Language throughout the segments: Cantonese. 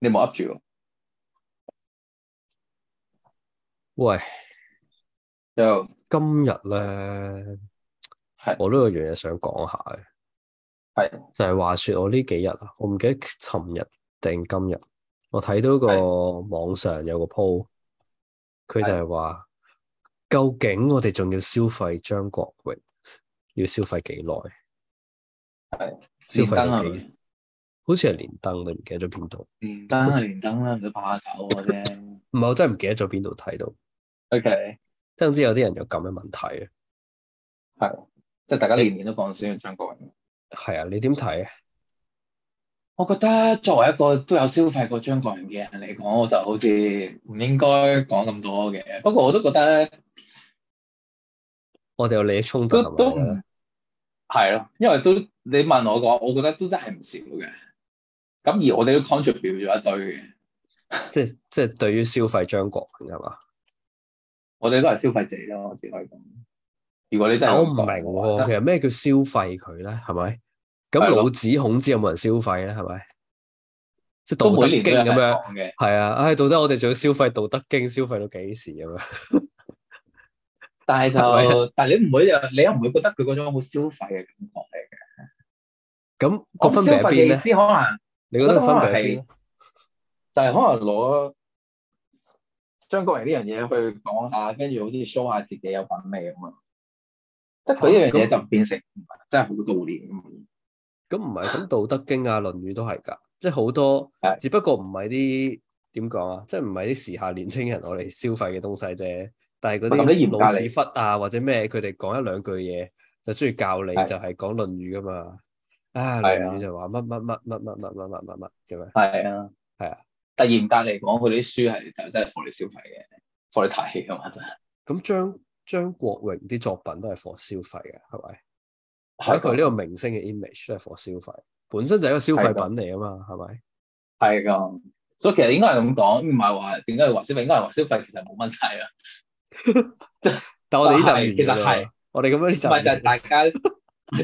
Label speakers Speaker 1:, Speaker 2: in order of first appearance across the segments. Speaker 1: 你冇噏住喎，
Speaker 2: 喂，
Speaker 1: 就
Speaker 2: 今日咧
Speaker 1: 係，
Speaker 2: 我都有樣嘢想講下嘅，
Speaker 1: 係
Speaker 2: 就係話說我呢幾日啊，我唔記得尋日定今日，我睇到個網上有個 po，佢就係話，究竟我哋仲要消費張國榮，要消費幾耐？消
Speaker 1: 連
Speaker 2: 費
Speaker 1: 登啊，
Speaker 2: 咗幾？好似係連登，你唔記得咗邊度？
Speaker 1: 連登啊，連登 啦，唔使怕手嘅啫。
Speaker 2: 唔係，我真係唔記得咗邊度睇到。
Speaker 1: OK，
Speaker 2: 即係總之有啲人有咁嘅問題嘅，
Speaker 1: 係，即係大家年年都講先張國榮。
Speaker 2: 係啊，你點睇啊？
Speaker 1: 我覺得作為一個都有消費過張國榮嘅人嚟講，我就好似唔應該講咁多嘅。不過我都覺得咧，
Speaker 2: 我哋有利益衝突
Speaker 1: 都都
Speaker 2: 係咪
Speaker 1: 唔
Speaker 2: 咧？
Speaker 1: 係咯，因為都你問我講，我覺得都真係唔少嘅。咁而我哋都 contribute 咗一堆嘅，
Speaker 2: 即係即係對於消費張國榮係嘛？
Speaker 1: 我哋都係消費者咯，我只可以講。如果你真係
Speaker 2: 我
Speaker 1: 咁
Speaker 2: 唔明
Speaker 1: 講
Speaker 2: 喎，
Speaker 1: 覺
Speaker 2: 其
Speaker 1: 得
Speaker 2: 實咩叫消費佢咧？係咪？咁
Speaker 1: 係咯
Speaker 2: 老子、孔子有冇人消費咧？係咪？即係
Speaker 1: 都
Speaker 2: 道德
Speaker 1: 每年
Speaker 2: 經
Speaker 1: 都有人
Speaker 2: 咁樣，
Speaker 1: 講嘅。
Speaker 2: 係啊，唉，到底我哋仲要消費道德經，消費到幾時咁樣？
Speaker 1: 但係
Speaker 2: 係
Speaker 1: 就，但係你唔會又，你又唔會覺得佢嗰種好消費嘅感覺嚟嘅。
Speaker 2: 咁個分別
Speaker 1: 消
Speaker 2: 喺
Speaker 1: 費
Speaker 2: 邊
Speaker 1: 嘅意
Speaker 2: 咧？
Speaker 1: 思可能
Speaker 2: 你覺得個分別喺邊咧？
Speaker 1: 就係可能攞張國榮呢樣嘢去講下，跟住好似 show 下自己有品味咁啊。即係佢呢樣嘢就變成真係好悼念咁。
Speaker 2: 咁唔係咁，《道德經》啊，《論語》都係㗎，即係好多
Speaker 1: 係，
Speaker 2: 只不過唔係啲點講啊，即係唔係啲時下年青人我哋消費嘅東西啫。但係嗰
Speaker 1: 咁都嚴
Speaker 2: 啲
Speaker 1: 格
Speaker 2: 老
Speaker 1: 嚟
Speaker 2: 屎忽啊，或者咩，佢哋講一兩句嘢就中意教你，
Speaker 1: 係
Speaker 2: 就係講《論語》㗎嘛。啊，
Speaker 1: 係
Speaker 2: 《論
Speaker 1: 啊
Speaker 2: 語》就話乜乜乜乜乜乜乜乜乜乜咁樣。
Speaker 1: 係啊，
Speaker 2: 係啊。
Speaker 1: 但嚴格嚟講，佢啲書係就真係 for 你消費嘅，for 你睇啊㗎嘛，真係。
Speaker 2: 咁張張國榮啲作品都係 for 消費嘅，係咪？喺佢呢個明星嘅 image 都係 for 消費，本身就係一個消費
Speaker 1: 係㗎
Speaker 2: 品嚟啊嘛，係咪？
Speaker 1: 係㗎，所以其實應該係咁講，唔係話點解要話消費，應該係話消費其實冇問題啊。
Speaker 2: 但我哋呢集
Speaker 1: 但係
Speaker 2: 完
Speaker 1: 其實
Speaker 2: 㗎啦
Speaker 1: 係
Speaker 2: 我哋咁樣呢集
Speaker 1: 唔係就
Speaker 2: 完
Speaker 1: 係大家，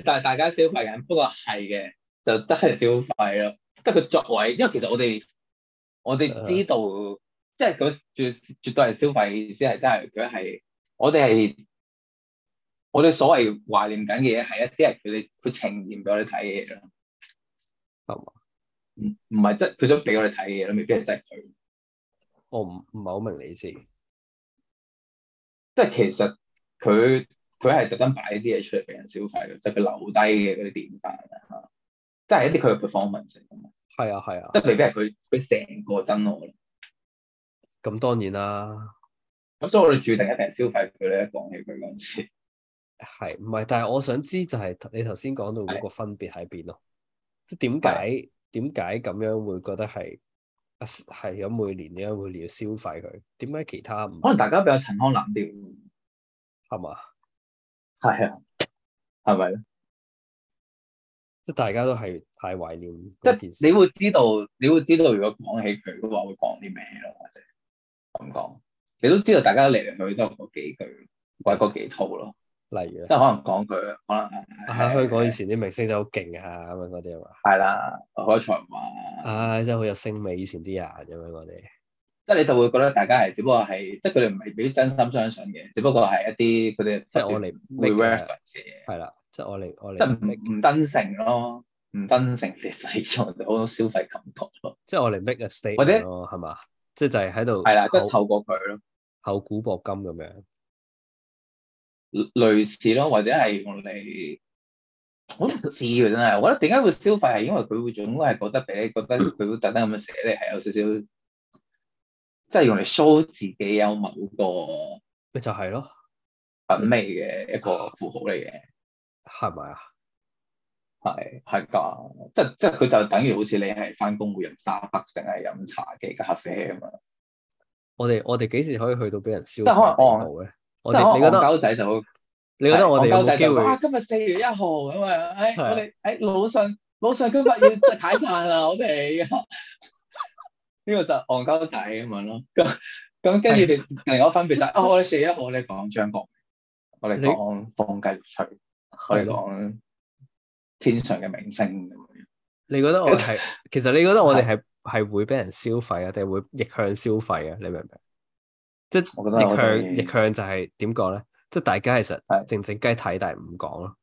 Speaker 1: 但係大家消費緊，不過係嘅，就真係消費咯。即係佢作為，因為其實我哋我哋知道，即係佢絕絕對係消費嘅意思係真係佢係我哋係我哋所謂懷念緊嘅嘢係一啲係佢哋佢呈現俾我哋睇嘅嘢咯。
Speaker 2: 係嘛
Speaker 1: 唔唔係即係佢想俾我哋睇嘅嘢咯，未必係真係佢。
Speaker 2: 我唔唔係好明你意思。
Speaker 1: 即係其實佢佢係特登擺呢啲嘢出嚟俾人消費嘅，就係佢留低嘅嗰啲典範啦嚇，即係一啲佢嘅 performance 嚟㗎嘛
Speaker 2: 係啊，係啊，
Speaker 1: 即係未必係佢佢成個真我咯。
Speaker 2: 咁當然啦，
Speaker 1: 咁所以我哋注定一定係消費佢咧，講起佢嗰陣時，
Speaker 2: 係唔係？但係我想知就係你頭先講到嗰個分別喺邊咯，即係點解點解咁樣會覺得係啊係咁每年點解每年要消費佢？點解其他唔
Speaker 1: 可能大家比較陳腔濫調，
Speaker 2: 係嘛？
Speaker 1: 係啊，係咪咧？
Speaker 2: 即係大家都係太懷念
Speaker 1: 即
Speaker 2: 嗰件
Speaker 1: 係
Speaker 2: 事
Speaker 1: 你。會知道，你會知道如果講起佢嘅話，會講啲咩咯，或者咁講，你都知道大家嚟嚟去去都係嗰幾句，或者嗰幾套咯，
Speaker 2: 例 如
Speaker 1: 即係可能講佢，可能
Speaker 2: 喺香港以前啲明星真係好勁啊，咁樣嗰啲啊嘛，
Speaker 1: 係啦，海才華。啊
Speaker 2: 唉，真係好有星味。以前啲人咁樣我哋
Speaker 1: 即係你就會覺得大家係只不過係，即係佢哋唔係俾真心相信嘅，只不過係一啲佢哋
Speaker 2: 即係我嚟
Speaker 1: 會
Speaker 2: make 嘅
Speaker 1: reference 嘅嘢，
Speaker 2: 係啦，即係我嚟我
Speaker 1: 即係
Speaker 2: 嚟
Speaker 1: 唔
Speaker 2: make，
Speaker 1: 唔真誠咯，唔真誠地 使用好多消費感覺咯，
Speaker 2: 即係我嚟 make a
Speaker 1: 或者
Speaker 2: statement 咯，係嘛？即係就係喺度
Speaker 1: 係啦，即係
Speaker 2: 口
Speaker 1: 透過佢咯，
Speaker 2: 厚古薄今咁樣。
Speaker 1: 類似咯，或者係用嚟，我都唔知嘅真係，我覺得點解會消費係因為佢會總係覺得俾你覺得佢會特登咁樣寫你係有少少，即係用嚟 show 自己有某個
Speaker 2: 咪就係咯，
Speaker 1: 品味嘅一個符號嚟嘅。
Speaker 2: 係咪啊？
Speaker 1: 係係㗎，即係即係佢就等於好似你係翻工會飲沙北定係飲茶記咖啡咁啊樣，
Speaker 2: 我哋我哋幾時可以去到俾人消
Speaker 1: 即係可能哦
Speaker 2: 費嘅地步咧？我
Speaker 1: 即係
Speaker 2: 哋
Speaker 1: 可
Speaker 2: 你
Speaker 1: 能
Speaker 2: 覺
Speaker 1: 戇
Speaker 2: 得
Speaker 1: 鳩仔就好，
Speaker 2: 你覺得我哋有
Speaker 1: 戇鳩仔
Speaker 2: 冇機
Speaker 1: 就啊
Speaker 2: 會？
Speaker 1: 今日四月一號咁啊，唉
Speaker 2: 係
Speaker 1: 我
Speaker 2: 啊
Speaker 1: 哋唉老信 老信今日要即係解散啦，我哋 呢個就戇鳩仔咁樣咯。咁咁跟住你另外一個分別就 係啊，我哋四月一號我哋講張國榮，我哋
Speaker 2: 你
Speaker 1: 講放雞肉脆，我
Speaker 2: 係
Speaker 1: 哋
Speaker 2: 咯，
Speaker 1: 講天上嘅明星咁樣。
Speaker 2: 你覺得我哋係其實你覺得我哋係係會俾人消費啊，定係會逆向消費啊？你明唔明？
Speaker 1: 我覺得
Speaker 2: 逆
Speaker 1: 我
Speaker 2: 向逆
Speaker 1: 哋
Speaker 2: 向就係點講咧？即係大家其實
Speaker 1: 係
Speaker 2: 靜靜雞睇，但係唔講咯。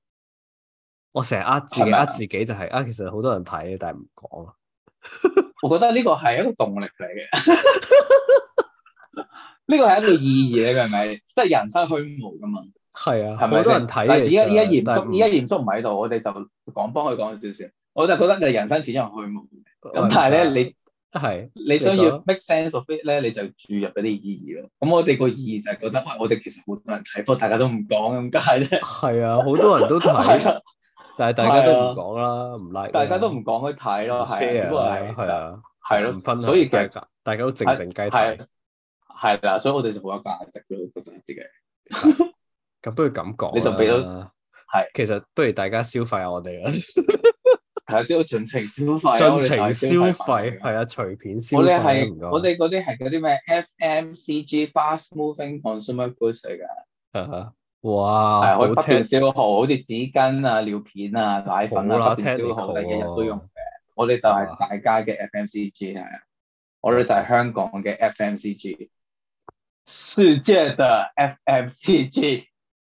Speaker 2: 我成日呃自己
Speaker 1: 係咪啊
Speaker 2: 呃自己就係、啊，其實好多人睇，但係唔講咯。
Speaker 1: 我覺得呢個係一個動力嚟 嘅，呢個係一個意義，你明唔明？即係人生虛無噶嘛，
Speaker 2: 係啊，
Speaker 1: 係
Speaker 2: 好
Speaker 1: 咪
Speaker 2: 多
Speaker 1: 先
Speaker 2: 人
Speaker 1: 但
Speaker 2: 睇
Speaker 1: 係而
Speaker 2: 嘅其
Speaker 1: 家
Speaker 2: 實。
Speaker 1: 而家嚴
Speaker 2: 但係
Speaker 1: 肅，
Speaker 2: 唔
Speaker 1: 而家嚴肅唔喺度，我哋就講幫佢講少少。我就覺得你人生始終係虛無嘅，咁但係咧，你
Speaker 2: 係
Speaker 1: 你想
Speaker 2: 你講
Speaker 1: 要 make sense of it 咧，你就注入嗰啲意義咯。咁我哋個意義就係覺得，喂，我哋其實好多人睇，不過大家都唔講咁解啫。
Speaker 2: 係啊，好多人 都
Speaker 1: 係
Speaker 2: 睇，
Speaker 1: 啊，
Speaker 2: 但係大家都唔講啦，唔 like，啦
Speaker 1: 大家都唔講去睇咯，係啊，只
Speaker 2: share
Speaker 1: 不過係
Speaker 2: 啦，係啊，
Speaker 1: 係咯
Speaker 2: 唔分享
Speaker 1: 所以其實
Speaker 2: 大家大家都靜靜雞睇
Speaker 1: 係。啊係啦，所以我哋就好有價值咯，我覺得自己。
Speaker 2: 咁不如咁講啦，
Speaker 1: 你就俾到係
Speaker 2: 其實不如大家消費下 我哋啦，
Speaker 1: 係啊，先盡情消費啊，
Speaker 2: 盡情消
Speaker 1: 係
Speaker 2: 費係啊，隨便消
Speaker 1: 我
Speaker 2: 費
Speaker 1: 哋
Speaker 2: 啊
Speaker 1: 係
Speaker 2: 唔該
Speaker 1: 我哋嗰啲係嗰啲咩 FMCG fast moving consumer goods 嚟㗎，
Speaker 2: 啊 哇，
Speaker 1: 係可以
Speaker 2: 好
Speaker 1: 不斷
Speaker 2: 聽，
Speaker 1: 消耗，好似紙巾啊、尿片啊、奶粉
Speaker 2: 好啦
Speaker 1: 啊不斷消耗，
Speaker 2: ，technical 啊
Speaker 1: 你日日都用
Speaker 2: 喎
Speaker 1: 嘅。我哋就
Speaker 2: 哇
Speaker 1: 係大家嘅 FMCG 係啊，我哋就係香港嘅 FMCG，世界的 FMCG。